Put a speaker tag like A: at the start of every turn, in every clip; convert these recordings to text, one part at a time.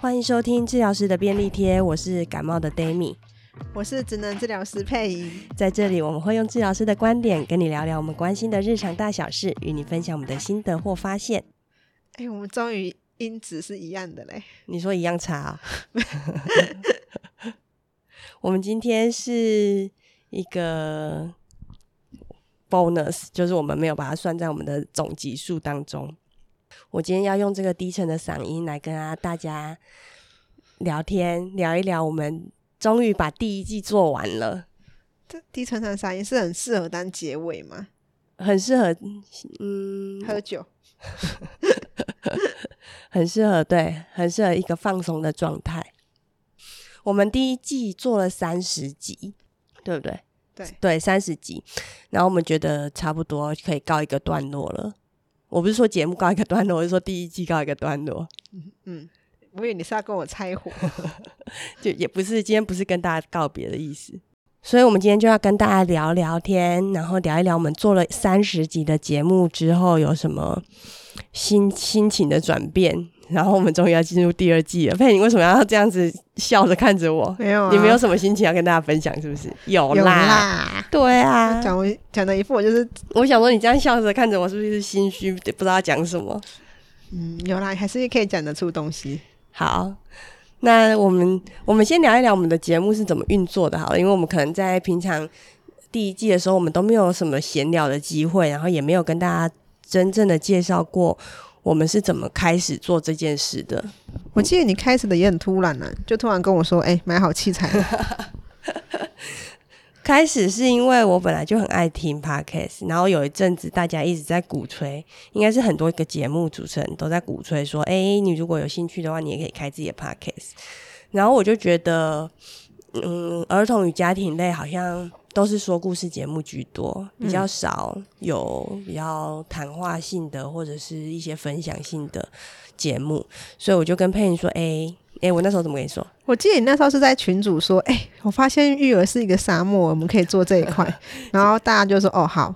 A: 欢迎收听治疗师的便利贴，我是感冒的 Dami，
B: 我是职能治疗师配音。
A: 在这里我们会用治疗师的观点跟你聊聊我们关心的日常大小事，与你分享我们的心得或发现。
B: 哎、我们终于音质是一样的嘞。
A: 你说一样差、哦。 我们今天是一个 bonus，就是我们没有把它算在我们的总集数当中。我今天要用这个低沉的嗓音来跟啊大家聊天，聊一聊我们终于把第一季做完了，
B: 这低沉的嗓音是很适合当结尾嘛？
A: 很适合，嗯，
B: 喝酒，
A: 很适合，对，很适合一个放松的状态。我们第一季做了三十集，对不对？
B: 对，
A: 对，三十集，然后我们觉得差不多可以告一个段落了。我不是说节目告一个段落，我是说第一季告一个段落，
B: 嗯，我以为你是要跟我拆伙。
A: 就也不是今天不是跟大家告别的意思。所以，我们今天就要跟大家聊聊天，然后聊一聊我们做了三十集的节目之后有什么心心情的转变。然后我们终于要进入第二季了。佩，你为什么要这样子笑着看着我？
B: 没有、啊，
A: 你没有什么心情要跟大家分享，是不是？有啦，
B: 有啦。
A: 对啊。
B: 讲我讲的一副我就是
A: 我想说，你这样笑着看着我，是不是心虚，不知道要讲什么？
B: 嗯有啦，还是可以讲得出东西。
A: 好，那我们我们先聊一聊我们的节目是怎么运作的，好了，因为我们可能在平常第一季的时候，我们都没有什么闲聊的机会，然后也没有跟大家真正的介绍过我们是怎么开始做这件事的。
B: 我记得你开始的也很突然呢、啊就突然跟我说：“哎、买好器材 了。
A: 开始是因为我本来就很爱听 podcast，然后有一阵子大家一直在鼓吹，应该是很多个节目主持人都在鼓吹说，哎、你如果有兴趣的话，你也可以开自己的 podcast。然后我就觉得，嗯，儿童与家庭类好像都是说故事节目居多，比较少有比较谈话性的或者是一些分享性的节目，所以我就跟佩妮说，哎、哎、我那时候怎么跟你说？”
B: 我记得你那时候是在群主说：“哎、我发现育儿是一个沙漠，我们可以做这一块。” 然后大家就说：“哦，好。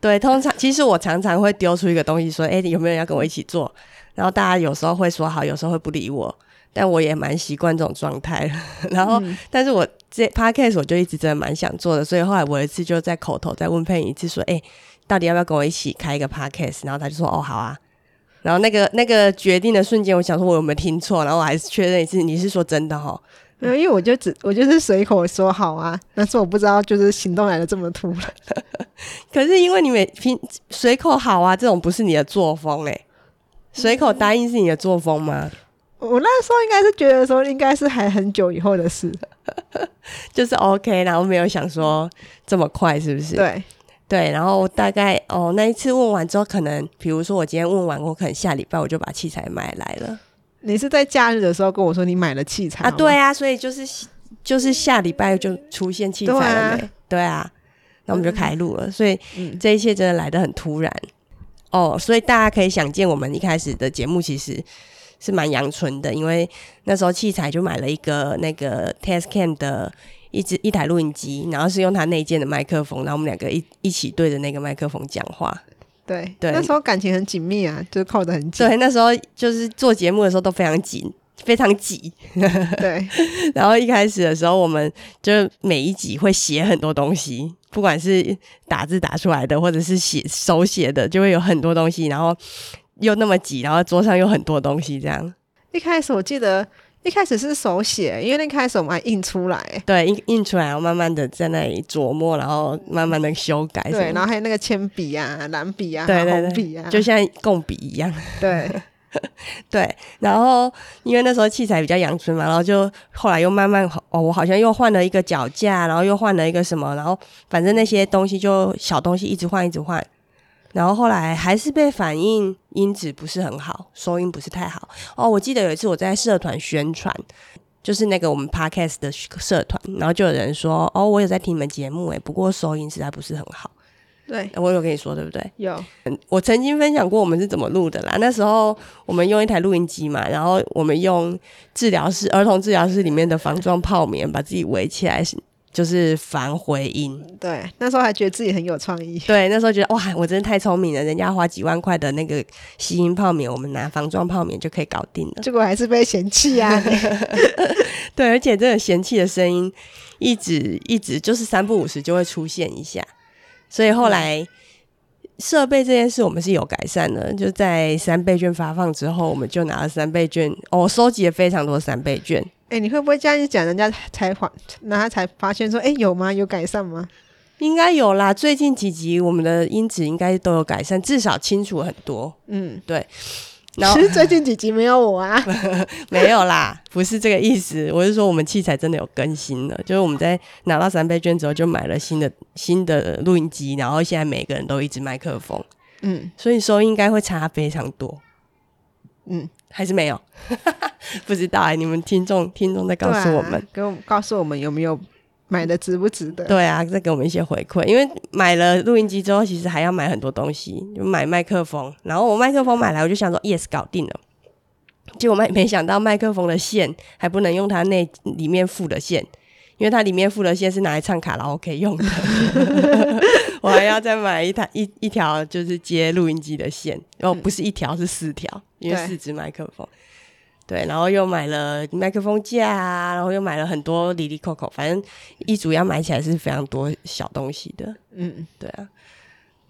A: 对，通常其实我常常会丢出一个东西，说：“哎、你有没有人要跟我一起做？”然后大家有时候会说好，有时候会不理我，但我也蛮习惯这种状态的。 然后，但是我这 podcast 我就一直真的蛮想做的，所以后来我有一次就在口头再问佩妮一次，说：“哎、到底要不要跟我一起开一个 podcast？” 然后他就说：“哦，好啊。”然后那个那个决定的瞬间，我想说我有没有听错，然后我还是确认一次，你是说真的哦哈？”
B: 没有，因为我就只我就是随口说好啊，但是我不知道就是行动来的这么突然。
A: 可是因为你每平随口好啊，这种不是你的作风哎、随口答应是你的作风吗？
B: 我那时候应该是觉得说，应该是还很久以后的事。
A: 就是 OK，然后没有想说这么快，是不是？
B: 对，
A: 对，然后大概哦，那一次问完之后，可能比如说我今天问完，我可能下礼拜我就把器材买来了
B: 你是在假日的时候跟我说你买了器材
A: 啊，
B: 吗
A: 对啊，所以就是就是下礼拜就出现器材了没？对啊，那我们就开录了，所以
B: 嗯
A: 这一切真的来得很突然哦，所以大家可以想见，我们一开始的节目其实是蛮阳春的，因为那时候器材就买了一个那个 Tascam 的一只一台录音机，然后是用它内建的麦克风，然后我们两个一一起对着那个麦克风讲话。
B: 对
A: 对
B: 那时候感情很紧密啊，就是扣得很紧。
A: 对，那时候就是做节目的时候都非常紧，非常挤。
B: 对，
A: 然后一开始的时候，我们就每一集会写很多东西，不管是打字打出来的，或者是写手写的，就会有很多东西，然后又那么挤，然后桌上有很多东西，这样
B: 一开始我记得一开始是手写，因为那开始我们还印出来，
A: 对印印出来，然后慢慢的在那里琢磨，然后慢慢的修改什么的，
B: 对，然后还有那个铅笔啊、蓝笔啊、
A: 对对
B: 红笔啊，
A: 就像共笔一样。
B: 对，
A: 对，然后因为那时候器材比较阳春嘛，然后就后来又慢慢哦，我好像又换了一个脚架，然后又换了一个什么，然后反正那些东西就小东西一直换一直换，然后后来还是被反应音质不是很好，收音不是太好。哦，我记得有一次我在社团宣传。就是那个我们 podcast 的社团，然后就有人说：“哦，我有在听你们节目诶，不过收音实在不是很好。”
B: 对，
A: 我有跟你说对不对？
B: 有
A: 我曾经分享过我们是怎么录的啦。那时候我们用一台录音机嘛，然后我们用治疗室儿童治疗室里面的防撞泡棉把自己围起来，就是防回音。
B: 对，那时候还觉得自己很有创意。
A: 对，那时候觉得哇，我真的太聪明了，人家花几万块的那个吸音泡棉，我们拿防撞泡棉就可以搞定了。
B: 结果还是被嫌 弃啊！
A: 对，而且这个嫌弃的声音一直一直就是三不五时就会出现一下，所以后来设备这件事我们是有改善的，就在三倍券发放之后，我们就拿了三倍券，哦，收集了非常多三倍券。
B: 哎、你会不会这样一讲，人家才发，那他才发现说，哎、有吗？有改善吗？
A: 应该有啦，最近几集我们的音质应该都有改善，至少清楚很多。
B: 嗯，
A: 然后
B: 其实最近几集没有我啊。
A: 没有啦，不是这个意思。我是说我们器材真的有更新了，就是我们在拿到三倍券之后就买了新的新的录音机，然后现在每个人都一支麦克风，
B: 嗯
A: 所以收音应该会差非常多。
B: 嗯，
A: 还是没有， 不知道哎、你们听众听众在告诉我们。
B: 对啊给我们告诉我们有没有买的值不值得？
A: 对啊，再给我们一些回馈，因为买了录音机之后，其实还要买很多东西，就买麦克风。然后我麦克风买来，我就想说，yes，搞定了。结果没没想到麦克风的线还不能用它那里面附的线，因为它里面附的线是拿来唱卡拉 OK 用的。我还要再买一台一一条就是接录音机的线，哦，不是一条是四条，因为
B: 对
A: 四支麦克风。对，然后又买了麦克风架啊，然后又买了很多里里扣扣，反正一组要买起来是非常多小东西的。
B: 嗯，
A: 对啊，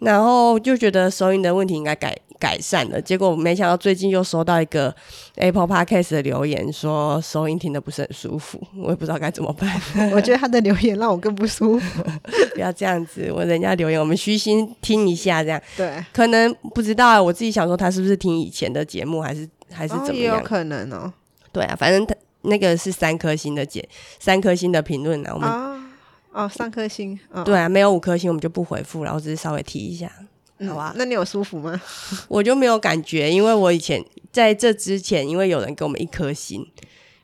A: 然后就觉得收音的问题应该改改善了，结果没想到最近又收到一个 Apple Podcast 的留言，说收音听得不是很舒服，我也不知道该怎么办，
B: 嗯我觉得他的留言让我更不舒服。
A: 不要这样子，我人家留言我们虚心听一下，这样
B: 对，
A: 可能不知道啊、我自己想说他是不是听以前的节目，还是还是
B: 哦
A: 怎么
B: 也有
A: 样？
B: 可能哦。
A: 对啊，反正他那个是三颗星的解，三颗星的评论啊，我们、
B: 啊哦，三颗星啊，哦
A: 对，啊，没有五颗星我们就不回复了，我只是稍微提一下。
B: 嗯
A: 好啊
B: 那你有舒服吗？
A: 我就没有感觉，因为我以前在这之前，因为有人给我们一颗星，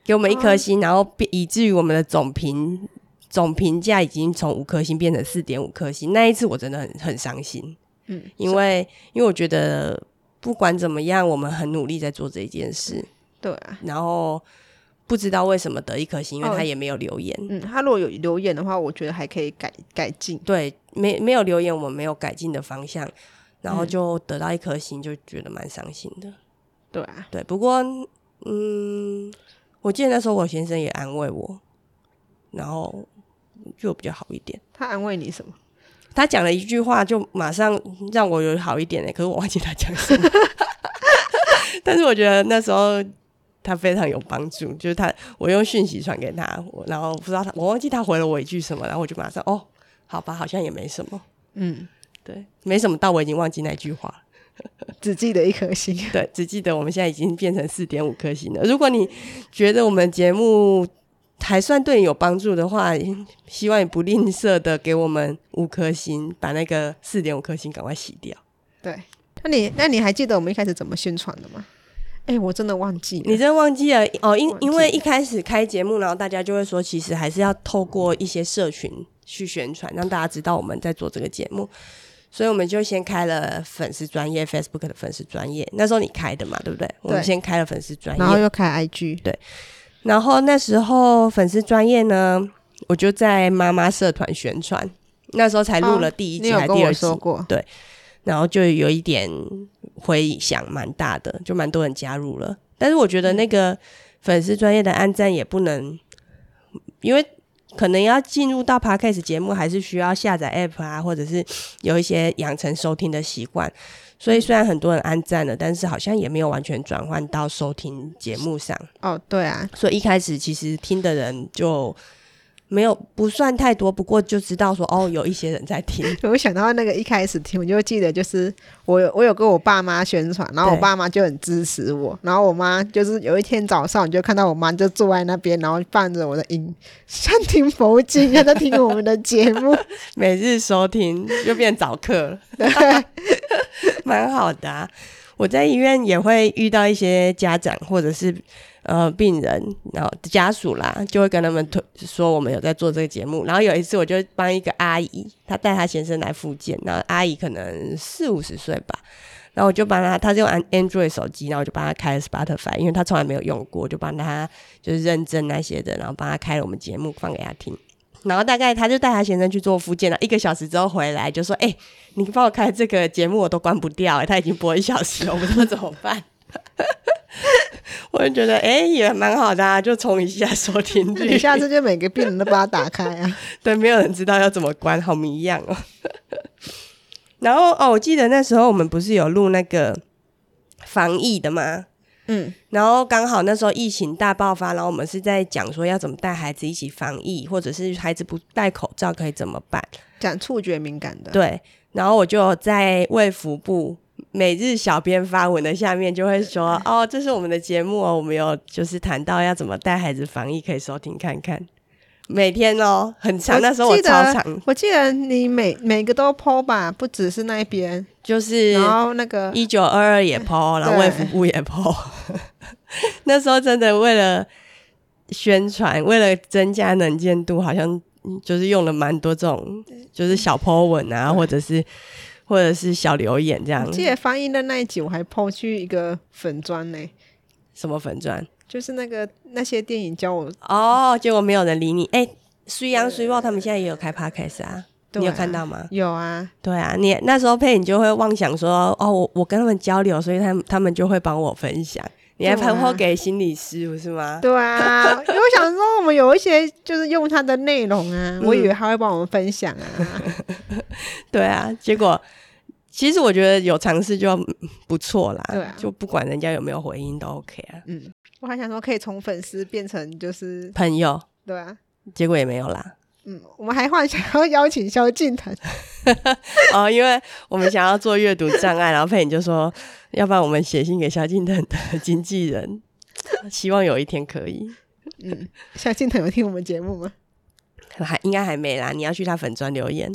A: 给我们一
B: 哦
A: 颗星，然后变以至于我们的总评总评价已经从五颗星变成四点五颗星。那一次我真的很很伤心，
B: 嗯，
A: 因为因为我觉得不管怎么样，我们很努力在做这一件事，
B: 对啊，
A: 然后不知道为什么得一颗星，因为他也没有留言。
B: 嗯，他如果有留言的话，我觉得还可以改改进。
A: 对，没没有留言，我们没有改进的方向，然后就得到一颗星，就觉得蛮伤心的。
B: 对啊，
A: 对，不过嗯，我记得那时候我先生也安慰我，然后就比较好一点。
B: 他安慰你什么？
A: 他讲了一句话，就马上让我有好一点呢、欸可是我忘记他讲什么。 但是我觉得那时候他非常有帮助，就是他我用讯息传给他，我然后不知道他我忘记他回了我一句什么，然后我就马上哦，好吧，好像也没什么，
B: 嗯，
A: 对，没什么，到我已经忘记那句话了。
B: 只记得一颗星。
A: 对，只记得我们现在已经变成四点五颗星了。如果你觉得我们节目还算对你有帮助的话，希望你不吝啬的给我们五颗星，把那个四点五颗星赶快洗掉。
B: 对，那你那你还记得我们一开始怎么宣传的吗？哎，我真的忘记了
A: 你真忘记了哦，因
B: 忘记
A: 因为一开始开节目，然后大家就会说，其实还是要透过一些社群去宣传，让大家知道我们在做这个节目。所以我们就先开了粉丝专业 Facebook 的粉丝专业，那时候你开的嘛，对不对？我们
B: 对
A: 先开了粉丝专业，
B: 然后又开 IG，
A: 然后那时候粉丝专业呢，我就在妈妈社团宣传，那时候才录了第一
B: 哦你
A: 集
B: 有
A: 还是
B: 跟
A: 第
B: 我
A: 二集，
B: 说过，
A: 然后就有一点回响蛮大的，就蛮多人加入了。但是我觉得那个粉丝专业的按赞也不能，因为可能要进入到 podcast 节目，还是需要下载 app 啊，或者是有一些养成收听的习惯。所以虽然很多人按赞了，但是好像也没有完全转换到收听节目上。
B: 哦，对啊，
A: 所以一开始其实听的人就没有不算太多，不过就知道说哦，有一些人在听。
B: 我想到那个一开始听，我就记得就是我有我有跟我爸妈宣传，然后我
A: 对
B: 爸妈就很支持我，然后我妈就是有一天早上，你就看到我妈就坐在那边，然后放着我的音，像听佛经一啊样在听我们的节 目，
A: 每日收听就变早课了，蛮好的、啊。我在医院也会遇到一些家长或者是呃病人，然后家属啦，就会跟他们推说我们有在做这个节目。然后有一次，我就帮一个阿姨，她带她先生来复健，然后阿姨可能四五十岁吧，然后我就帮她，她是用安 Android 手机，然后我就帮她开了 Spotify，因为她从来没有用过，我就帮她就是认证那些的，然后帮她开了我们节目放给她听。然后大概他就带他先生去做复健了，一个小时之后回来就说：“哎、你帮我开这个节目，我都关不掉、哎，他已经播一小时了，我不知道怎么办。” 我就觉得，哎、也蛮好的、啊，就冲一下收听
B: 那你
A: 率。
B: 下次就每个病人都把它打开啊。
A: 对，没有人知道要怎么关，好迷样哦。然后哦，我记得那时候我们不是有录那个防疫的吗？
B: 嗯，
A: 然后刚好那时候疫情大爆发，然后我们是在讲说要怎么带孩子一起防疫，或者是孩子不戴口罩可以怎么办？
B: 讲触觉敏感的，
A: 对，然后我就在卫福部每日小编发文的下面就会说，哦，这是我们的节目哦，我们有就是谈到要怎么带孩子防疫，可以收听看看。每天哦，很长，
B: 我
A: 那时候我
B: 记得
A: 超长，
B: 我记得你每每个都剖吧，不只是那一边，
A: 就是
B: 然后那个
A: 一九二二也抛，然后
B: 对
A: 卫福部也抛。 那时候真的为了宣传，为了增加能见度，好像嗯就是用了蛮多这种，就是小 po 文啊，或者是或者是小留言这样
B: 我。记得翻译的那一集，我还抛去一个粉砖呢、
A: 什么粉钻
B: 就是那个那些电影教我，
A: 哦，结果没有人理你。哎、虽阳虽茂他们现在也有开 podcast 啊，
B: 对啊
A: 你有看到吗？
B: 有啊，
A: 对啊，你那时候配你就会妄想说，哦，我我跟他们交流，所以他们他们就会帮我分享。你还
B: 对啊
A: 喷后给心理师不是吗？
B: 对啊，因为我想说我们有一些就是用它的内容啊，
A: 嗯
B: 我以为他会帮我们分享啊，
A: 对啊，结果其实我觉得有尝试就嗯不错啦，
B: 对啊
A: 就不管人家有没有回应都 OK 啊。
B: 嗯，我还想说可以从粉丝变成就是
A: 朋友，
B: 对啊，
A: 结果也没有啦。
B: 嗯，我们还幻想要邀请萧敬腾，
A: 哦，因为我们想要做阅读障碍，然后佩影就说，要不然我们写信给萧敬腾的经纪人，希望有一天可以。
B: 嗯，萧敬腾有听我们节目吗？
A: 还应该还没啦，你要去他粉专留言。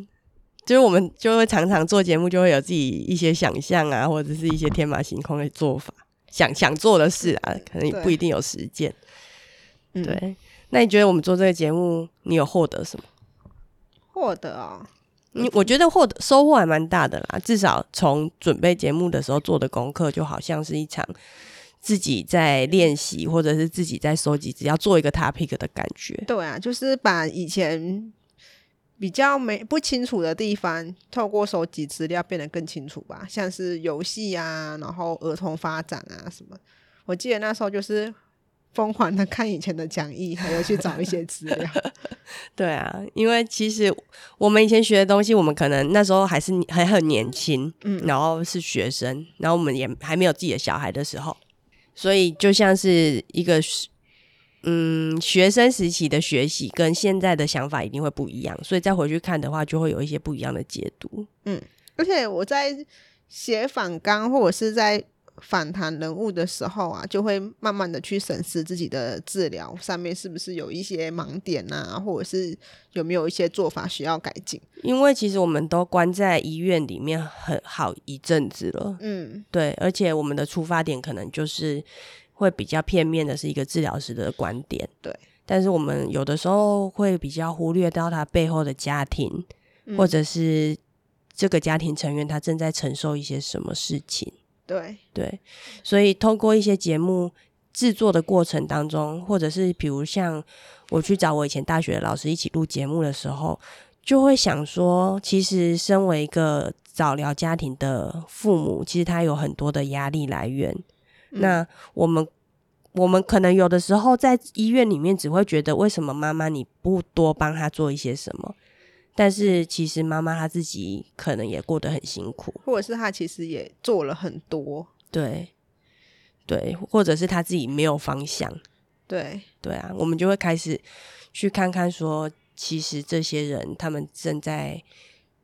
A: 就是我们就会常常做节目，就会有自己一些想象啊，或者是一些天马行空的做法，想想做的事啊，可能也
B: 对
A: 不一定有实践。
B: 嗯，
A: 对，那你觉得我们做这个节目，你有获得什么？
B: 获得哦，
A: 你我觉得获得收获还蛮大的啦，至少从准备节目的时候做的功课，就好像是一场自己在练习，或者是自己在收集，只要做一个 topic 的感觉。
B: 对啊，就是把以前比较没不清楚的地方，透过收集资料变得更清楚吧，像是游戏啊，然后儿童发展啊什么。我记得那时候就是疯狂的看以前的讲义，还有去找一些资料。
A: 对啊，因为其实我们以前学的东西，我们可能那时候还是还很年轻，
B: 嗯
A: 然后是学生，然后我们也还没有自己的小孩的时候，所以就像是一个学嗯学生时期的学习，跟现在的想法一定会不一样，所以再回去看的话，就会有一些不一样的解读。
B: 而且我在写访纲或者是在访谈人物的时候啊，就会慢慢的去审视自己的治疗上面是不是有一些盲点啊，或者是有没有一些做法需要改进。
A: 因为其实我们都关在医院里面很好一阵子了，
B: 嗯，
A: 对，而且我们的出发点可能就是会比较片面的，是一个治疗师的观点。
B: 对，
A: 但是我们有的时候会比较忽略到他背后的家庭，
B: 嗯
A: 或者是这个家庭成员他正在承受一些什么事情。
B: 对。
A: 对，所以通过一些节目制作的过程当中，或者是比如像我去找我以前大学的老师一起录节目的时候，就会想说，其实身为一个早疗家庭的父母，其实他有很多的压力来源。
B: 嗯
A: 那我们我们可能有的时候在医院里面只会觉得，为什么妈妈你不多帮她做一些什么？但是其实妈妈她自己可能也过得很辛苦，
B: 或者是他其实也做了很多，
A: 对，对，或者是他自己没有方向，
B: 对，
A: 对啊，我们就会开始去看看说，其实这些人他们正在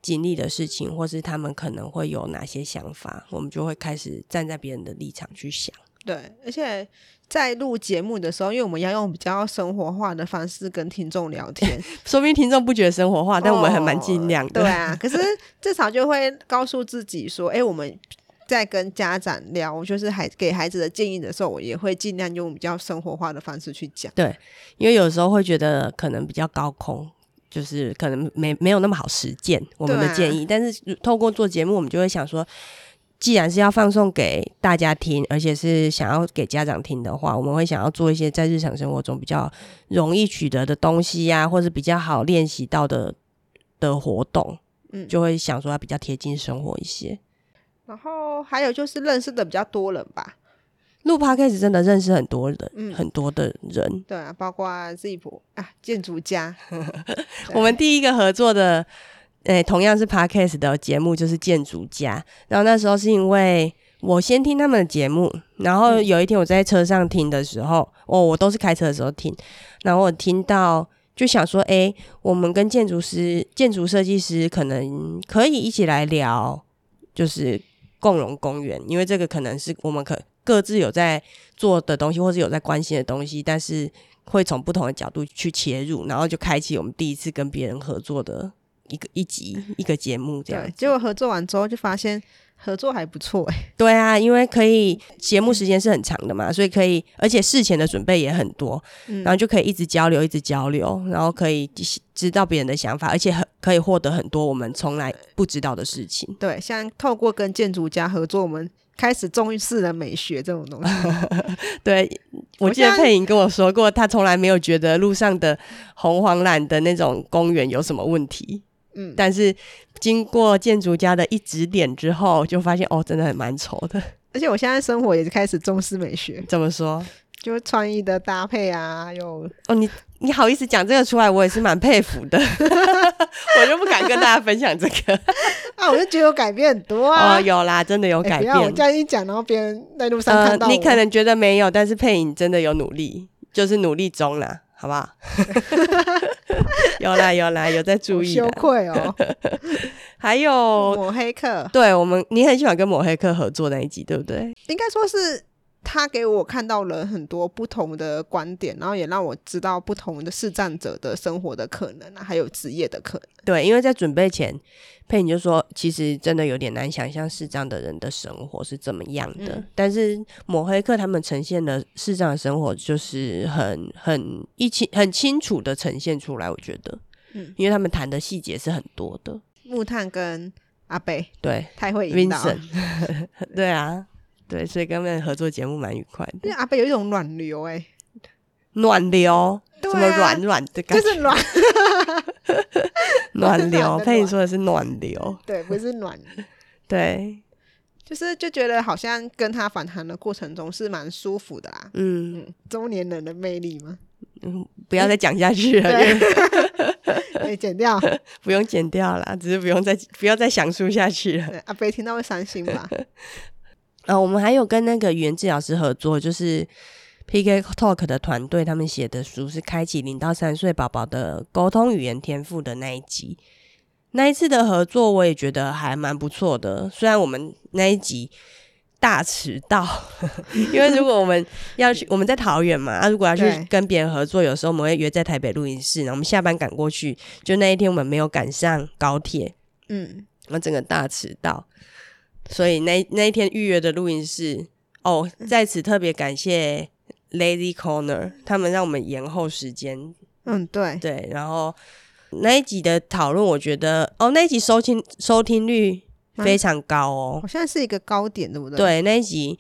A: 经历的事情，或是他们可能会有哪些想法，我们就会开始站在别人的立场去想。
B: 对，而且在录节目的时候，因为我们要用比较生活化的方式跟听众聊天，
A: 说明听众不觉得生活化， 但我们还蛮尽量的。
B: 对啊，可是至少就会告诉自己说，哎，我们在跟家长聊，就是孩给孩子的建议的时候，我也会尽量用比较生活化的方式去讲。
A: 因为有时候会觉得可能比较高空，就是可能没没有那么好实践我们
B: 对
A: 的
B: 啊
A: 建议，但是透过做节目，我们就会想说。既然是要放送给大家听，而且是想要给家长听的话，我们会想要做一些在日常生活中比较容易取得的东西呀、或是比较好练习到的的活动，
B: 嗯
A: 就会想说要比较贴近生活一些。
B: 然后还有就是认识的比较多人吧，
A: 录 podcast 真的认识很多人，
B: 嗯
A: 很多的人。
B: 对啊，包括 Zip 啊，建筑家，对
A: 我们第一个合作的，诶、同样是 podcast 的节目就是建筑家。然后那时候是因为我先听他们的节目，然
B: 嗯
A: 后有一天我在车上听的时候，哦，我都是开车的时候听，然后我听到。就想说，诶，我们跟建筑师、建筑设计师可能可以一起来聊，就是共荣公园，因为这个可能是我们可各自有在做的东西，或是有在关心的东西，但是会从不同的角度去切入，然后就开启我们第一次跟别人合作的一个一集一个节目这样
B: 对，。结果合作完之后就发现合作还不错哎、
A: 对啊，因为可以节目时间是很长的嘛，所以可以，而且事前的准备也很多，
B: 嗯
A: 然后就可以一直交流，一直交流，然后可以知道别人的想法，而且很可以获得很多我们从来不知道的事情。
B: 对，像透过跟建筑家合作，我们开始重视了美学这种东西。
A: 对，我
B: 我
A: 记得
B: 现在
A: 佩莹跟我说过，她从来没有觉得路上的红黄蓝的那种公园有什么问题，
B: 嗯，
A: 但是经过建筑家的一指点之后，就发现哦，真的很蛮丑的。
B: 而且我现在生活也是开始重视美学，
A: 怎么说？
B: 就穿衣的搭配啊，还有
A: 哦，你你好意思讲这个出来，我也是蛮佩服的， 我就不敢跟大家分享这 个。
B: 啊，我就觉得我改变很多啊。
A: 哦，有啦，真的有
B: 哎
A: 改
B: 不
A: 变。呃
B: 要我这样一讲，然后别人在路上看到我，
A: 你可能觉得没有，但是配影真的有努力，就是努力中啦，好不好？ 有啦有啦，有在注
B: 好
A: 意
B: 羞
A: 的。
B: 愧 哦。
A: 还有，
B: 抹黑客
A: 对我们，你很喜欢跟抹黑客合作那一集，对不对？
B: 应该说是他给我看到了很多不同的观点，然后也让我知道不同的视障者的生活的可能啊，还有职业的可能。
A: 对，因为在准备前，佩影就说，其实真的有点难想象视障的人的生活是怎么样的。
B: 嗯
A: 但是抹黑客他们呈现的视障的生活，就是很很一清很清楚的呈现出来，我觉得，
B: 嗯
A: 因为他们谈的细节是很多的，
B: 木炭跟阿贝
A: 对。
B: 太会引导，
A: Vincent，对 啊，对，所以跟他们合作节目蛮愉快
B: 因
A: 的
B: 为，阿贝有一种暖流哎、
A: 暖流，
B: 对
A: 什么
B: 啊
A: 软软的感
B: 就
A: 觉，
B: 是 暖，
A: 暖流
B: 暖，的
A: 佩你
B: 暖
A: 说的是暖流，
B: 对，不是 暖，
A: 对，
B: 就是就觉得好像跟他访谈的过程中是蛮舒服的啦。
A: 嗯，
B: 嗯，中年人的魅力嘛，
A: 嗯不要再讲下去了，
B: 对
A: 因为
B: 哎，剪掉。
A: 不用剪掉啦，只是不用再不要再详述下去 了。
B: 对阿贝听到会伤心 吧？
A: 啊，我们还有跟那个语言治疗师合作，就是。PK Talk 的团队他们写的书是开启零到三岁宝宝的沟通语言天赋的那一集，那一次的合作我也觉得还蛮不错的，虽然我们那一集大迟到， 因为如果我们要 去我们在桃园嘛，啊，如果要去
B: 对
A: 跟别人合作，有时候我们会约在台北录音室，然后我们下班赶过去，就那一天我们没有赶上高铁，
B: 嗯，
A: 我整个大迟到，所以那那一天预约的录音室哦，在此特别感谢 Lazy Corner，他们让我们延后时间，
B: 嗯，对，
A: 对，然后那一集的讨论，我觉得哦，那一集收听收听率非常高哦，
B: 好像是一个高点，对不对？，
A: 对，那一集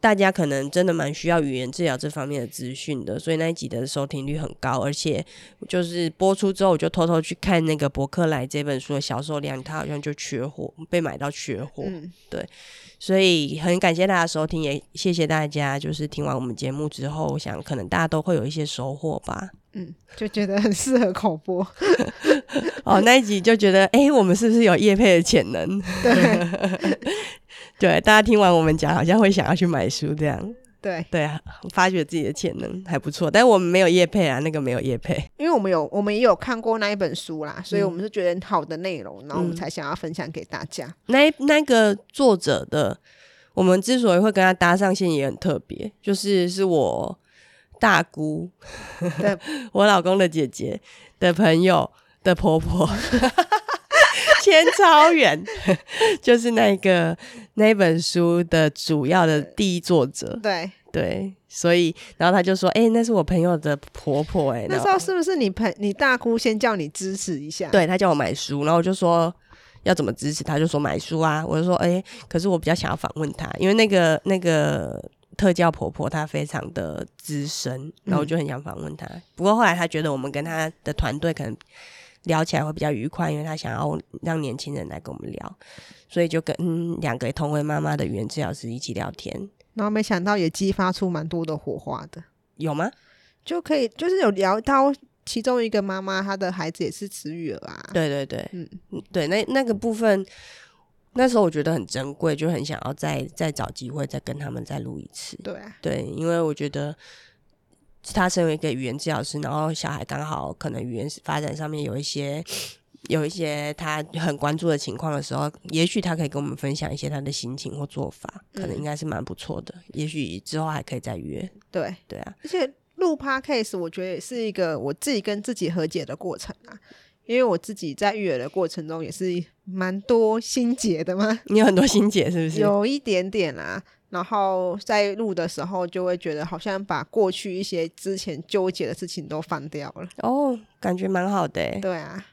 A: 大家可能真的蛮需要语言治疗这方面的资讯的，所以那一集的收听率很高，而且就是播出之后，我就偷偷去看那个伯克莱这本书的销售量，它好像就缺货，被买到缺货，
B: 嗯，
A: 所以很感谢大家收听，也谢谢大家，就是听完我们节目之后，我想可能大家都会有一些收获吧。
B: 嗯，就觉得很适合口播。
A: 哦，那一集就觉得，哎、我们是不是有叶配的潜能？
B: 对
A: 对，大家听完我们讲，好像会想要去买书这样。
B: 对，
A: 对啊，发掘自己的潜能还不错，但我们没有叶配啊，那个没有叶配。
B: 因为我们有我们也有看过那一本书啦，所以
A: 嗯
B: 我们是觉得好的内容，然后我们
A: 嗯
B: 才想要分享给大家。
A: 那那个作者的，我们之所以会跟他搭上线也很特别，就是是我大姑
B: 对，
A: 我老公的姐姐的朋友的婆婆， 牵超远， 就是那个那本书的主要的第一作者，
B: 对，
A: 对，所以然后他就说，哎、那是我朋友的婆婆、诶哎，
B: 那时候是不是你朋你大姑先叫你支持一下？，
A: 对他叫我买书，然后我就说要怎么支持，他就说买书啊。我就说，哎、可是我比较想要访问他，因为那个那个特教婆婆她非常的资深，然后我就很想访问她。不过后来她觉得我们跟她的团队可能聊起来会比较愉快，因为她想要让年轻人来跟我们聊，所以就跟嗯两个同为妈妈的语言治疗师一起聊天，
B: 然后没想到也激发出蛮多的火花的，
A: 有吗？
B: 就可以就是有聊到其中一个妈妈，她的孩子也是词语儿啊，
A: 对对对，
B: 嗯
A: 嗯，对，那那个部分，那时候我觉得很珍贵，就很想要再再找机会再跟他们再录一次。
B: 对啊，
A: 对，因为我觉得他身为一个语言治疗师，然后小孩刚好可能语言发展上面有一些有一些他很关注的情况的时候，也许他可以跟我们分享一些他的心情或做法，可
B: 嗯
A: 能应该是蛮不错的。也许之后还可以再约。
B: 对，
A: 对啊，
B: 而且录 podcast 我觉得也是一个我自己跟自己和解的过程啊，因为我自己在育儿的过程中也是蛮多心结的嘛，
A: 你有很多心结 是不是？
B: 有一点点啦、然后在录的时候，就会觉得好像把过去一些之前纠结的事情都放掉了。
A: 哦，感觉蛮好的欸，
B: 对啊，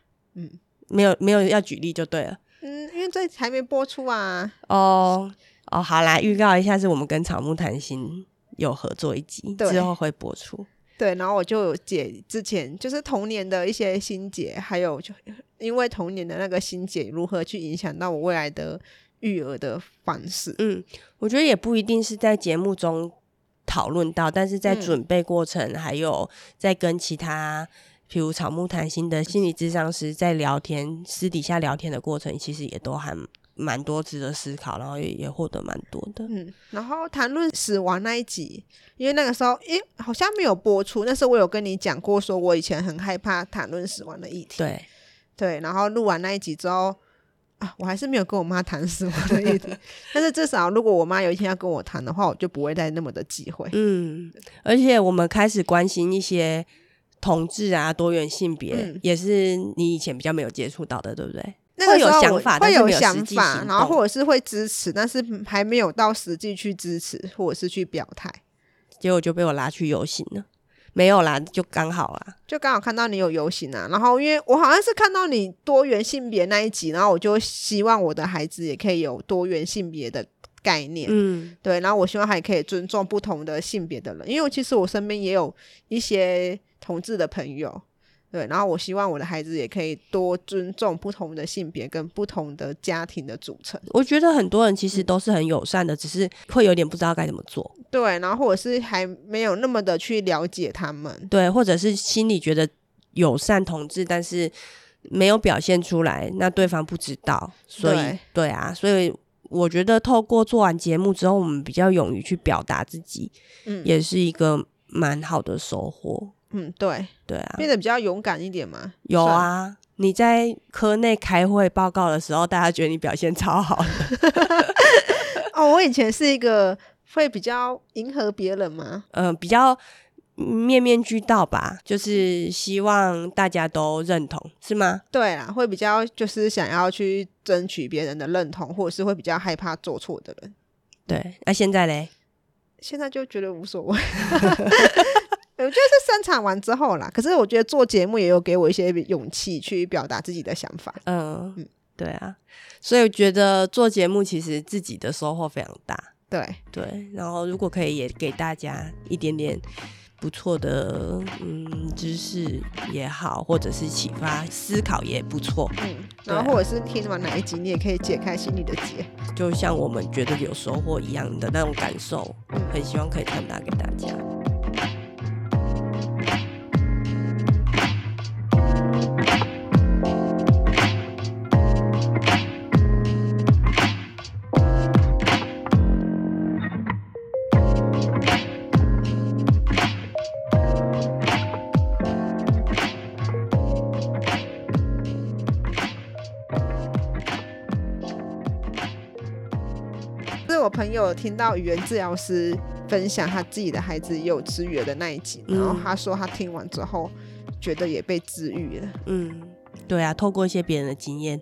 A: 没有没有要举例就对了。
B: 嗯，因为这还没播出啊。
A: 哦哦，好啦，预告一下，是我们跟草木谈心有合作一集，
B: 对
A: 之后会播出。
B: 对，然后我就有解之前就是童年的一些心结，还有就因为童年的那个心结如何去影响到我未来的育儿的方式。
A: 嗯，我觉得也不一定是在节目中讨论到，但是在
B: 嗯
A: 准备过程，还有在跟其他。比如草木谈心的心理咨商师在聊天，私底下聊天的过程，其实也都还蛮多值得思考，然后也也获得蛮多的。
B: 嗯，然后谈论死亡那一集，因为那个时候，诶，好像没有播出。那时候我有跟你讲过，说我以前很害怕谈论死亡的议题。
A: 对，
B: 对，然后录完那一集之后啊，我还是没有跟我妈谈死亡的议题， 但是至少如果我妈有一天要跟我谈的话，我就不会再那么的忌讳。
A: 嗯，而且我们开始关心一些同志啊、多元性别，
B: 嗯
A: 也是你以前比较没有接触到的，对不对？
B: 那个
A: 会有
B: 时候
A: 想
B: 我
A: 法但
B: 会
A: 是
B: 有
A: 没有
B: 想
A: 实际
B: 法，
A: 行
B: 然后
A: 动
B: 或者是会支持，但是还没有到实际去支持或者是去表态。
A: 结果就被我拉去游行了。 没有啦，就刚好啦。
B: 就刚好看到你有游行啊，然后因为我好像是看到你多元性别那一集，然后我就希望我的孩子也可以有多元性别的概念，
A: 嗯，
B: 对，然后我希望还可以尊重不同的性别的人，因为其实我身边也有一些同志的朋友，对，然后我希望我的孩子也可以多尊重不同的性别跟不同的家庭的组成，
A: 我觉得很多人其
B: 嗯
A: 实都是很友善的，只是会有点不知道该怎么做，
B: 对，然后或者是还没有那么的去了解他们，
A: 对，或者是心里觉得友善同志，但是没有表现出来，那对方不知道，所以
B: 对
A: 对啊，所以我觉得透过做完节目之后，我们比较勇于去表达自己，
B: 嗯
A: 也是一个蛮好的收获。
B: 嗯，对，
A: 对啊，
B: 变得比较勇敢一点嘛，
A: 有
B: 算
A: 啊，你在科内开会报告的时候，大家觉得你表现超好 的，
B: 哦，我以前是一个会比较迎合别人嘛，
A: 嗯、比较面面俱到吧，就是希望大家都认同，是吗？
B: 对啦，会比较就是想要去争取别人的认同，或者是会比较害怕做错的人。
A: 对，那、现在嘞，
B: 现在就觉得无所谓，我觉得是生产完之后啦。可是我觉得做节目也有给我一些勇气去表达自己的想法。
A: 嗯、
B: 嗯
A: 对啊，所以我觉得做节目其实自己的收获非常大，
B: 对，
A: 对，然后如果可以也给大家一点点不错的嗯知识也好，或者是启发思考也不错，
B: 嗯，
A: 对
B: 然后或者是听完哪一集，你也可以解开心里的结。
A: 就像我们觉得有收获一样的那种感受，
B: 嗯
A: 很希望可以传达给大家。
B: 就是我朋友听到语言治疗师分享他自己的孩子也有治愈的那一集，然后
A: 嗯
B: 他说他听完之后觉得也被治愈了。
A: 嗯，对啊，透过一些别人的经验，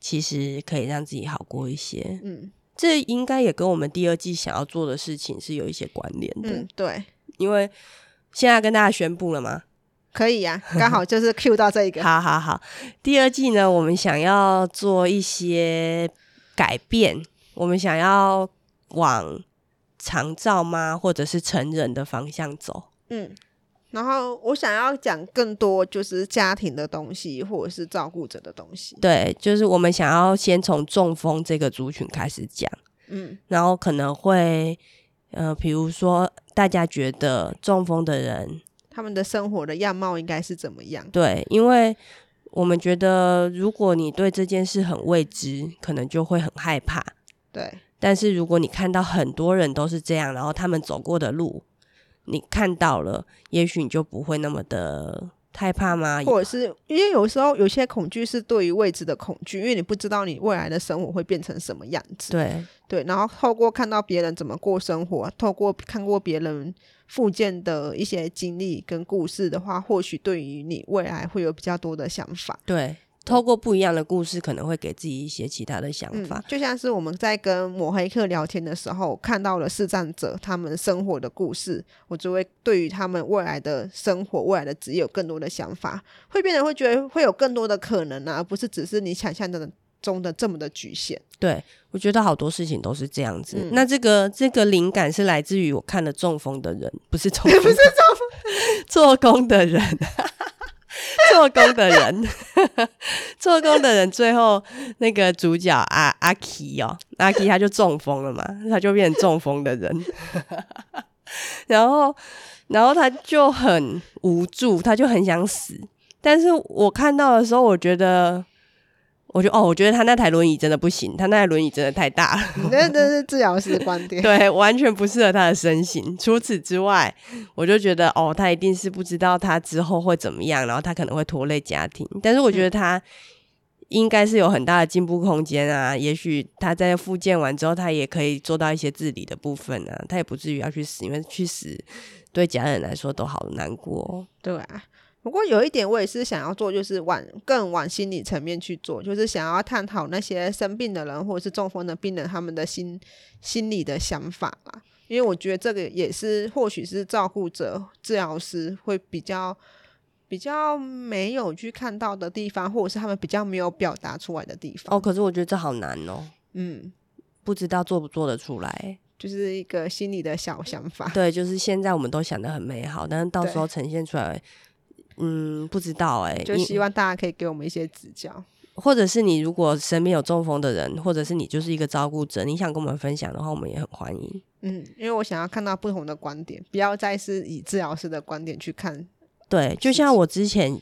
A: 其实可以让自己好过一些。
B: 嗯
A: 这应该也跟我们第二季想要做的事情是有一些关联的，
B: 嗯嗯，对，
A: 因为现在跟大家宣布了嘛，
B: 可 以呀、刚好就是 Q 到这一个。
A: 好好好，第二季呢，我们想要做一些改变，我们想要往长照吗，或者是成人的方向走。
B: 嗯，然后我想要讲更多就是家庭的东西，或者是照顾者的东西。
A: 对，就是我们想要先从中风这个族群开始讲，
B: 嗯
A: 然后可能会，呃，比如说大家觉得中风的人，
B: 他们的生活的样貌应该是怎么样？
A: 对，因为我们觉得如果你对这件事很未知，可能就会很害怕。
B: 对，
A: 但是如果你看到很多人都是这样，然后他们走过的路，你看到了，也许你就不会那么的害怕吗？
B: 或者是因为有时候有些恐惧是对于未知的恐惧，因为你不知道你未来的生活会变成什么样子。
A: 对
B: 对，然后透过看到别人怎么过生活，透过看过别人附件的一些经历跟故事的话，或许对于你未来会有比较多的想法。
A: 对，透过不一样的故事，可能会给自己一些其他的想法。
B: 嗯，就像是我们在跟抹黑客聊天的时候，看到了视障者他们生活的故事，我就会对于他们未来的生活、未来的职业有更多的想法，会变得会觉得会有更多的可能啊，而不是只是你想象的中的这么的局限。
A: 对我觉得好多事情都是这样子。
B: 嗯
A: 那这个这个灵感是来自于我看了中风的人，不是 中风，不是中做工的人。 做工的人， 做工的人，最后那个主角阿阿奇哦，阿奇他就中风了嘛，他就变成中风的人， 然后，然后他就很无助，他就很想死。但是我看到的时候，我觉得，我就哦，我觉得他那台轮椅真的不行，他那台轮椅真的太大 了，
B: 你那真是治疗师的观点。
A: 对，完全不适合他的身形。除此之外，我就觉得哦，他一定是不知道他之后会怎么样，然后他可能会拖累家庭。但是我觉得他应该是有很大的进步空间啊。也许他在复健完之后，他也可以做到一些自理的部分啊，他也不至于要去死，因为去死对家人来说都好难过哦。
B: 对啊。不过有一点，我也是想要做，就是往更往心理层面去做，就是想要探讨那些生病的人或者是中风的病人他们的心心理的想法啦。因为我觉得这个也是，或许是照顾者、治疗师会比较比较没有去看到的地方，或者是他们比较没有表达出来的地方。
A: 哦，可是我觉得这好难哦，
B: 嗯，
A: 不知道做不做得出来。
B: 就是一个心理的小想法。
A: 对，就是现在我们都想的很美好，但是到时候呈现出来，嗯，不知道哎、
B: 就
A: 你
B: 希望大家可以给我们一些指教。
A: 或者是你如果身边有中风的人，或者是你就是一个照顾者，你想跟我们分享的话，我们也很欢迎。
B: 嗯，因为我想要看到不同的观点，不要再是以治疗师的观点去看。
A: 对，就像我之前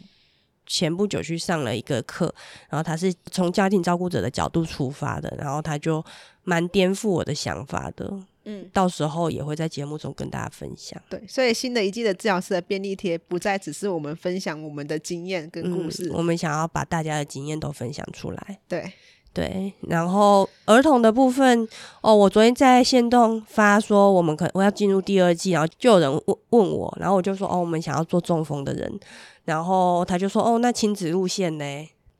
A: 前不久去上了一个课，然后他是从家庭照顾者的角度出发的，然后他就蛮颠覆我的想法的，
B: 嗯，
A: 到时候也会在节目中跟大家分享。
B: 对，所以新的一季的治疗师的便利贴不再只是我们分享我们的经验跟故事，
A: 嗯，我们想要把大家的经验都分享出来。
B: 对，
A: 对，然后儿童的部分哦，我昨天在线动发说我们可我要进入第二季，然后就有人问问我，然后我就说哦，我们想要做中风的人，然后他就说哦，那亲子路线呢？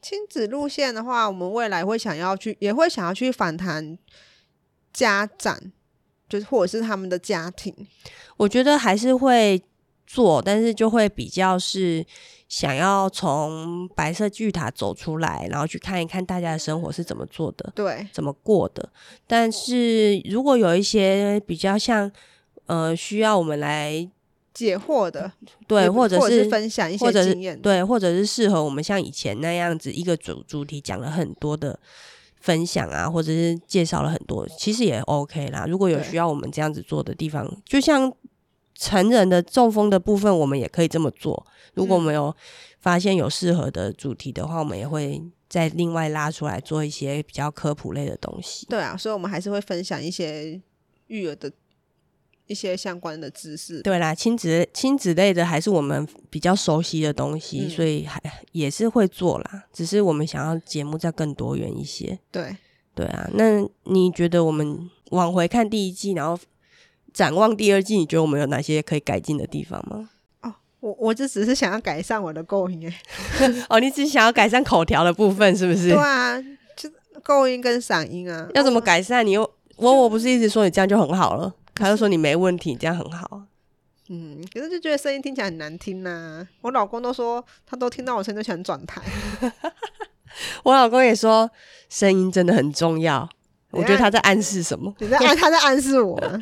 B: 亲子路线的话，我们未来会想要去，也会想要去反弹家长，就是或者是他们的家庭，
A: 我觉得还是会做，但是就会比较是想要从白色巨塔走出来，然后去看一看大家的生活是怎么做的。
B: 对，
A: 怎么过的。但是如果有一些比较像呃需要我们来
B: 解惑的，
A: 对，
B: 也
A: 或者
B: 或
A: 是
B: 分享一
A: 或
B: 些
A: 者是
B: 经验，
A: 对，或者是适合我们像以前那样子一个主主题讲了很多的分享啊，或者是介绍了很多，其实也 OK 啦。如果有
B: 对
A: 需要我们这样子做的地方，就像成人的中风的部分，我们也可以这么做。如果我
B: 嗯
A: 们有发现有适合的主题的话，我们也会再另外拉出来做一些比较科普类的东西。
B: 对啊，所以我们还是会分享一些育儿的一些相关的知识，
A: 对啦，亲子亲子类的还是我们比较熟悉的东西，
B: 嗯
A: 所以还也是会做啦。只是我们想要节目再更多元一些。
B: 对，
A: 对啊，那你觉得我们往回看第一季，然后展望第二季，你觉得我们有哪些可以改进的地方吗？
B: 哦，我我这只是想要改善我的构音，哎，
A: 哦，你只想要改善口条的部分，是不是？
B: 对啊，就构音跟嗓音啊，
A: 要怎么改善？你又我我不是一直说你这样就很好了，他就说你没问题，这样很好。
B: 嗯，可是就觉得声音听起来很难听呐、我老公都说他都听到我声音就想转台，
A: 我老公也说，声音真的很重要。我
B: 等一下
A: 觉得他在暗示什么？
B: 你在暗他在暗示我啊吗？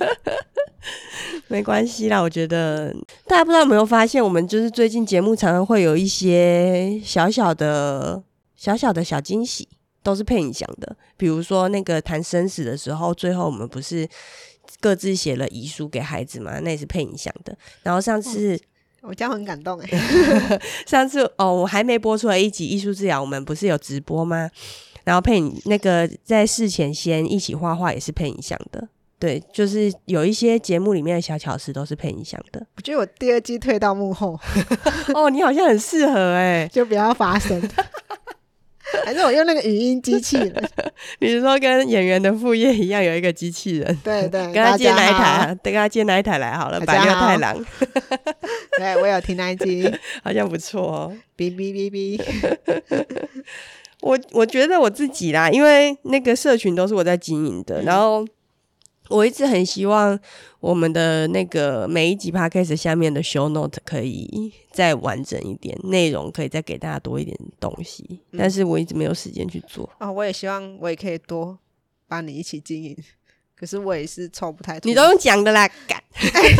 A: 没关系啦，我觉得大家不知道有没有发现，我们就是最近节目常常会有一些小小的、小小的小惊喜，都是配影响的。比如说那个谈生死的时候，最后我们不是各自写了遗书给孩子嘛，那也是配影响的。然后上次
B: 我这样很感动哎、
A: 上次哦，我还没播出来一集艺术治疗，我们不是有直播吗？然后配你那个在事前先一起画画也是配影响的，对，就是有一些节目里面的小巧思都是配影响的。
B: 我觉得我第二季退到幕后
A: 哦，你好像很适合哎、
B: 就不要发声， 还是我用那个语音机器人？
A: 你是说跟演员的副业一样有一个机器人？
B: 对对，
A: 跟他
B: 嗯大
A: 借
B: 家
A: 哪一台
B: 好
A: 啊？跟他借哪一台来好了？
B: 大
A: 百
B: 家
A: 六
B: 好
A: 太郎
B: 对，我有听那一集，
A: 好像不错哦。
B: 哔哔哔哔。
A: 我我觉得我自己啦，因为那个社群都是我在经营的，
B: 嗯
A: 然后我一直很希望我们的那个每一集 podcast 下面的 show note 可以再完整一点，内容可以再给大家多一点东西，
B: 嗯
A: 但是我一直没有时间去做。
B: 哦，我也希望我也可以多帮你一起经营，可是我也是抽不太出。
A: 你都用讲的啦，干
B: 这个可以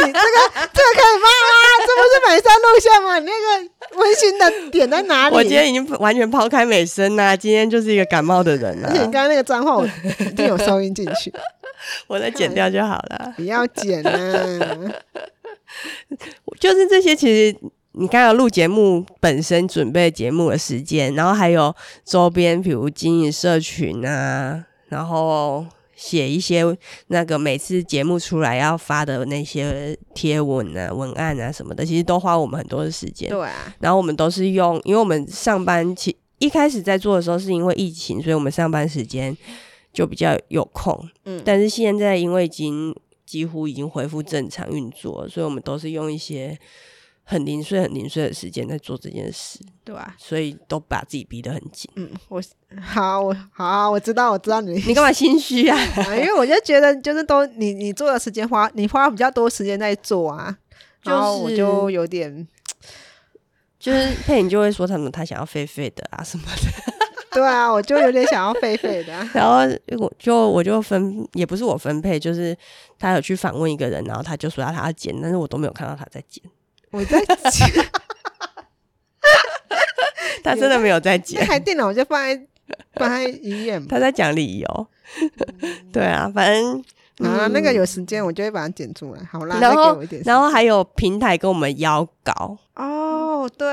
B: 放啊，这不是美山路线吗？你那个温馨的点在哪里？
A: 我今天已经完全抛开美声啦、今天就是一个感冒的人啦、啊
B: 而且你刚刚那个脏话，我一定有收音进去，
A: 我再剪掉就好了。
B: 不要剪啊！
A: 就是这些，其实你刚刚录节目本身准备节目的时间，然后还有周边，比如经营社群啊，然后写一些那个每次节目出来要发的那些贴文啊、文案啊什么的，其实都花我们很多的时间。
B: 对啊，
A: 然后我们都是用，因为我们上班其一开始在做的时候是因为疫情，所以我们上班时间就比较有空。
B: 嗯
A: 但是现在因为已经几乎已经恢复正常运作了，所以我们都是用一些很零碎、很零碎的时间在做这件事，
B: 对啊，。
A: 所以都把自己逼得很紧
B: 嗯，我好，我好，我知道，我知道你。
A: 你干嘛心虚啊？
B: 啊，因为我就觉得，就是都你你做的时间花，你花比较多时间在做啊，然后
A: 就
B: 我
A: 是
B: 就有点，
A: 就是佩影就会说他们他想要飞飞的啊什么的，
B: 对啊，我就有点想要废废的啊、
A: 然后 我就我就分也不是我分配，就是他有去访问一个人，然后他就说要他要剪，但是我都没有看到他在剪。
B: 我在
A: 他真的没有在
B: 那
A: 剪，
B: 台电脑我就放在放在医院嘛，
A: 他在讲理由。对啊，反正
B: 啊，
A: 嗯
B: 那个有时间我就会把它剪出来。好啦，再
A: 然
B: 给
A: 后
B: 我一点时间。
A: 然后还有平台跟我们邀稿，
B: 哦，对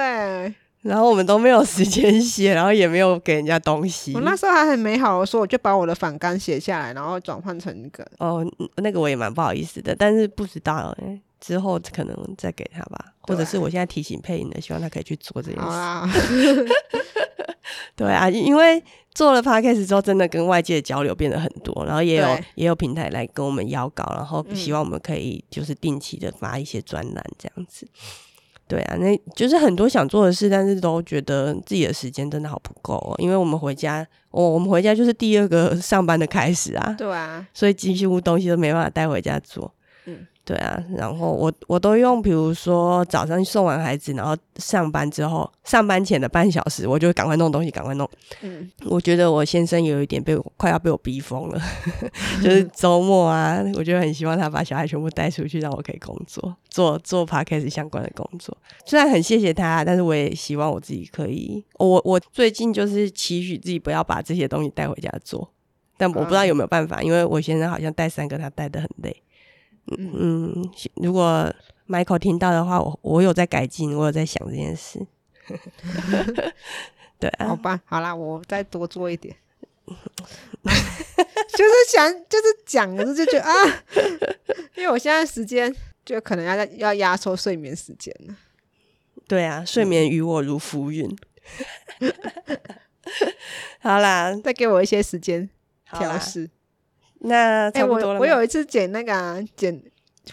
A: 然后我们都没有时间写，然后也没有给人家东西
B: 我。哦那时候还很美好的说，我就把我的反纲写下来，然后转换成一个。
A: 哦，嗯那个我也蛮不好意思的，但是不知道、欸、之后可能再给他吧，
B: 对
A: 或者是我现在提醒配音的，希望他可以去做这件事。
B: 好 啦，
A: 对啊，因因为做了 podcast 之后，真的跟外界的交流变得很多，然后也有
B: 对
A: 也有平台来跟我们邀稿，然后
B: 嗯
A: 希望我们可以就是定期的发一些专栏这样子。对啊，那就是很多想做的事，但是都觉得自己的时间真的好不够哦，因为我们回家，哦我、我们回家就是第二个上班的开始啊，
B: 对啊，
A: 所以几乎东西都没办法带回家做。
B: 嗯
A: 嗯，对啊，然后我我都用，比如说早上送完孩子，然后上班之后，上班前的半小时，我就赶快弄东西，赶快弄。
B: 嗯，
A: 我觉得我先生有一点被我快要被我逼疯了， 就是周末啊，我就很希望他把小孩全部带出去，让我可以工作，做做 podcast 相关的工作。虽然很谢谢他，啊但是我也希望我自己可以，我我最近就是期许自己不要把这些东西带回家做，但我不知道有没有办法，因为我先生好像带三个，他带的很累。嗯嗯，如果 Michael 听到的话，我我有在改进，我有在想这件事。 对啊，
B: 好吧，好啦，我再多做一 点。就是想，就是讲，可是就觉得啊，因为我现在时间就可能要在要压缩睡眠时间了。
A: 对啊，
B: 嗯
A: 睡眠与我如浮云。 好啦，
B: 再给我一些时间
A: 好
B: 调
A: 啦，
B: 试。
A: 那
B: 哎、
A: 差
B: 我
A: 不多了吗、
B: 我有一次剪那个、啊、剪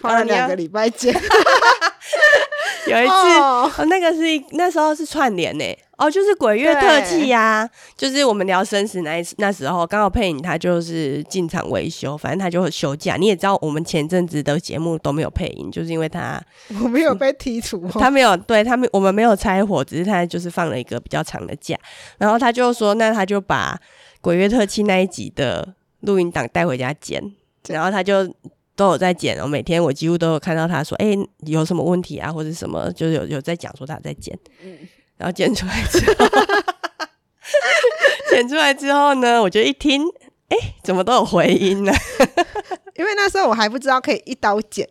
B: 花
A: 啊
B: 了
A: 你
B: 两
A: 要
B: 个礼拜剪，
A: 有一次，
B: 哦
A: 哦，那个是一那时候是串联呢、哦，就是鬼月特辑呀、就是我们聊生死那一次那时候，刚好配影他就是进场维修，反正他就休假。你也知道，我们前阵子的节目都没有配音，就是因为他
B: 我没有被剔除哦、
A: 他没有对他们我们没有拆伙，只是他就是放了一个比较长的假，然后他就说，那他就把鬼月特辑那一集的录音档带回家剪，然后他就都有在剪哦，每天我几乎都有看到他说，哎、有什么问题啊，或者什么，就是有有在讲说他在剪， 然后剪出来之后，剪出来之后呢，我就一听，哎、怎么都有回音呢、
B: 因为那时候我还不知道可以一刀剪。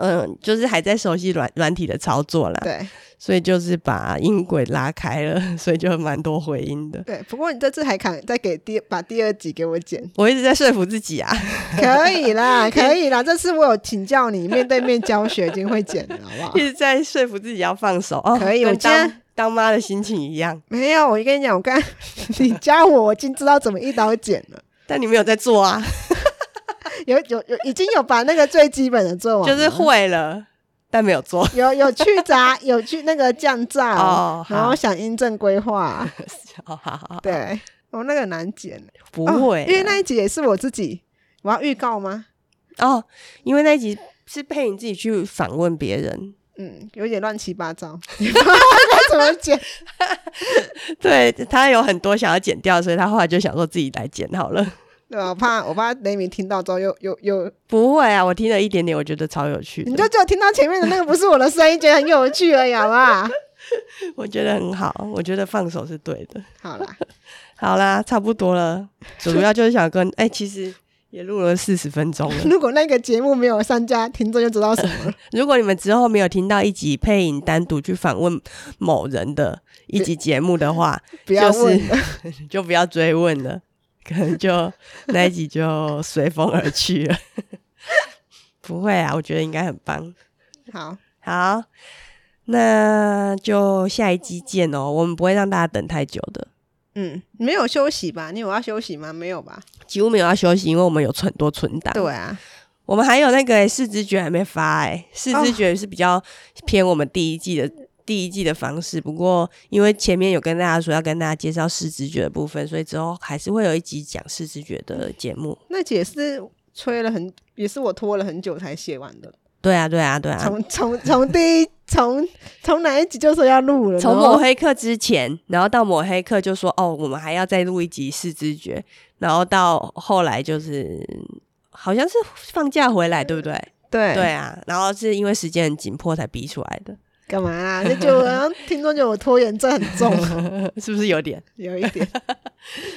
A: 嗯，就是还在熟悉软软体的操作啦，
B: 对
A: 所以就是把音轨拉开了，所以就蛮多回音的。
B: 对，不过你这次还敢再给第把第二集给我 剪，
A: 我一直在说服自 己啊，
B: 可 以啦，可以啦。这次我有请教你，面对面教学已经会剪了，好不好
A: 一？直在说服自己要放手哦，
B: 可以
A: 跟
B: 我今天
A: 当当妈的心情一样，
B: 没有，我跟你讲，我刚 你教我，我已经知道怎么一刀剪了，
A: 但你没有在做 啊，
B: 有有有，已经有把那个最基本的做完了，
A: 就是会了，但没有做。
B: 有有去炸， 有去那个降炸，
A: 哦
B: 然
A: 好
B: 后想音正规划，
A: 好好好，
B: 对，我、那个难剪，
A: 不会
B: 哦
A: 啊、
B: 因为那一集也是我自己，我要预告吗？
A: 哦，因为那一集是配你自己去访问别人，
B: 嗯，有点乱七八糟， 该怎么剪？
A: 对他有很多想要剪掉，所以他后来就想说自己来剪好了。
B: 对啊吧？我怕我怕雷米听到之后又又又，
A: 不会啊，我听了一点点，我觉得超有趣的
B: 你就只有听到前面的那个不是我的声音，觉得很有趣而已，好吧？
A: 我觉得很好，我觉得放手是对的。
B: 好啦，
A: 好啦，差不多 了，主要就是想跟哎、其实也录了四十分钟了。
B: 如果那个节目没有上架，听众就知道什 么了。
A: 如果你们之后没有听到一集配影单独去访问某人的一集节目的话，
B: 不要
A: 就是
B: 问了，
A: 就不要追问了，可能就那一集就随风而去了。 不会啊，我觉得应该很棒。
B: 好，
A: 好，那就下一集见哦。我们不会让大家等太久的，
B: 嗯，没有休息吧？你有要休息吗？没有吧？
A: 几乎没有要休息，因为我们有很多存档。
B: 对啊，
A: 我们还有那个、欸、四肢觉还没发哎、
B: 哦
A: 四肢觉是比较偏我们第一季的、第一季的方式。不过因为前面有跟大家说要跟大家介绍四肢觉的部分，所以之后还是会有一集讲四肢觉的节目。
B: 那集也是催了很，也是我拖了很久才写完的。
A: 对啊，对啊，对啊。
B: 从从从第一从从哪一集就说要录了，
A: 从
B: 然
A: 抹
B: 后
A: 黑课之前，然后到抹黑课就说哦，我们还要再录一集四肢觉，然后到后来就是好像是放假回来，对不对？
B: 对
A: 对啊，然后是因为时间很紧迫才逼出来的，
B: 干嘛啦？就就然后听众觉得我拖延症很重，啊
A: 是不是有点？
B: 有一点。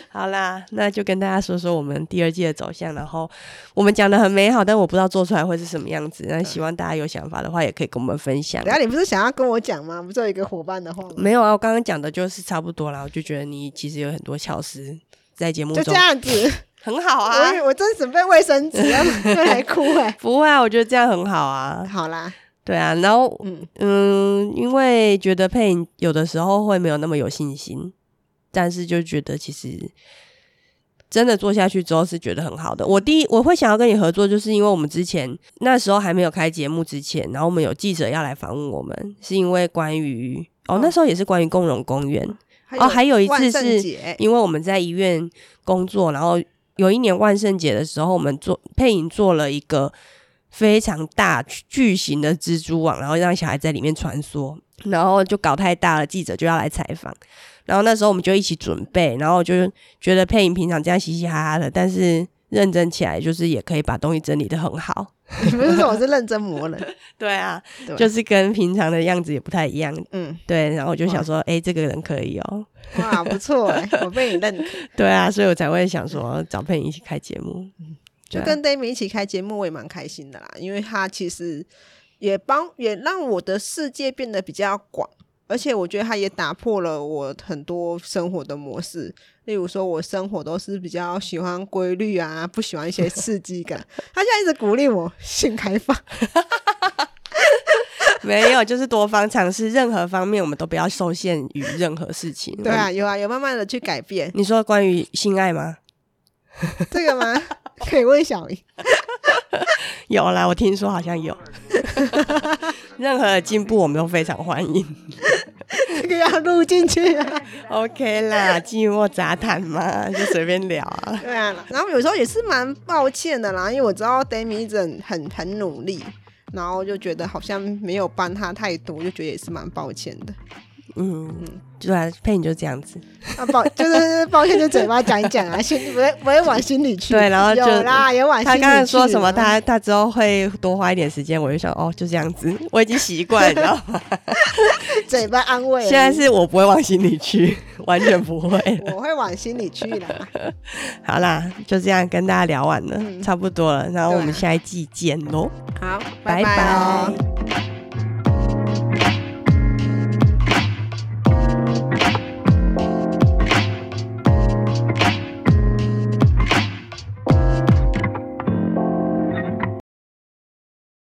A: 好啦，那就跟大家说说我们第二季的走向，然后我们讲的很美好，但我不知道做出来会是什么样子。那希望大家有想法的话，也可以跟我们分享啊
B: 等。下你不是想要跟我讲吗？不是有一个伙伴的话吗？
A: 没有啊，我刚刚讲的就是差不多啦。我就觉得你其实有很多巧思在节目
B: 就这
A: 中，
B: 样子，
A: 很好嗯 啊
B: 我以，为我正准备卫 生纸要要来哭哎、
A: 不会啊，我觉得这样很 好啊。
B: 好啦，
A: 对啊，然后
B: 嗯
A: 嗯，因为觉得配音有的时候会没有那么有信心，但是就觉得其实真的做下去之后是觉得很好的。我第一我会想要跟你合作，就是因为我们之前那时候还没有开节目之前，然后我们有记者要来访问我们，是因为关于哦
B: 哦
A: 那时候也是关于共荣公园，
B: 还
A: 哦还有一次
B: 万圣
A: 是
B: 节
A: 因为我们在医院工作，然后有一年万圣节的时候，我们做配影做了一个非常大巨型的蜘蛛网，然后让小孩在里面穿梭，然后就搞太大了，记者就要来采访。然后那时候我们就一起准备，然后就是觉得配影平常这样嘻嘻哈哈的，但是认真起来就是也可以把东西整理的很好。
B: 你不是说我是认真磨人？
A: 对啊，
B: 对
A: 就是跟平常的样子也不太一样。
B: 嗯，
A: 对，然后我就
B: 哇
A: 想说，哎、这个人可以哦。
B: 哇，不错哎、我被你认可。
A: 对啊，所以我才会想说找配影一起开节目。
B: 就
A: 对啊
B: 跟 d a m i 一起开节目，我也蛮开心的啦，因为他其实也帮也让我的世界变得比较广，而且我觉得他也打破了我很多生活的模式。例如说，我生活都是比较喜欢规律啊，不喜欢一些刺激感。他现在一直鼓励我性开放，
A: 没有，就是多方尝试，任何方面我们都不要受限于任何事情。
B: 对啊，有啊，有慢慢的去改变
A: 嗯，你说关于性爱吗？
B: 这个吗？ 可以问小姨。
A: 有啦，我听说好像有。任何的进步我们都非常欢迎。
B: 这个要录进去啊。
A: OK 啦，寂寞杂谈嘛，就随便聊啊。
B: 对啊，然后有时候也是蛮抱歉的啦，因为我知道 d a m i 一直很很努力，然后就觉得好像没有帮他太多，就觉得也是蛮抱歉的。
A: 嗯，对啊，配你就这样子。
B: 啊，抱 就是抱歉，就嘴巴讲一讲啊， 心不会不会往心里去。
A: 对然后就
B: 有啦，也往心
A: 他
B: 里去。
A: 刚才说什么？他他之后会多花一点时间，我就想哦，就这样子，我已经习惯，你知道吗？
B: 嘴巴安慰而已。
A: 现在是我不会往心里 去，完全不会了。
B: 我会往心里去啦。
A: 好啦，就这样跟大家聊完了，
B: 嗯
A: 差不多了，然后我
B: 对
A: 们
B: 啊
A: 下一季见喽，
B: 好，
A: 拜
B: 拜哦。
A: 拜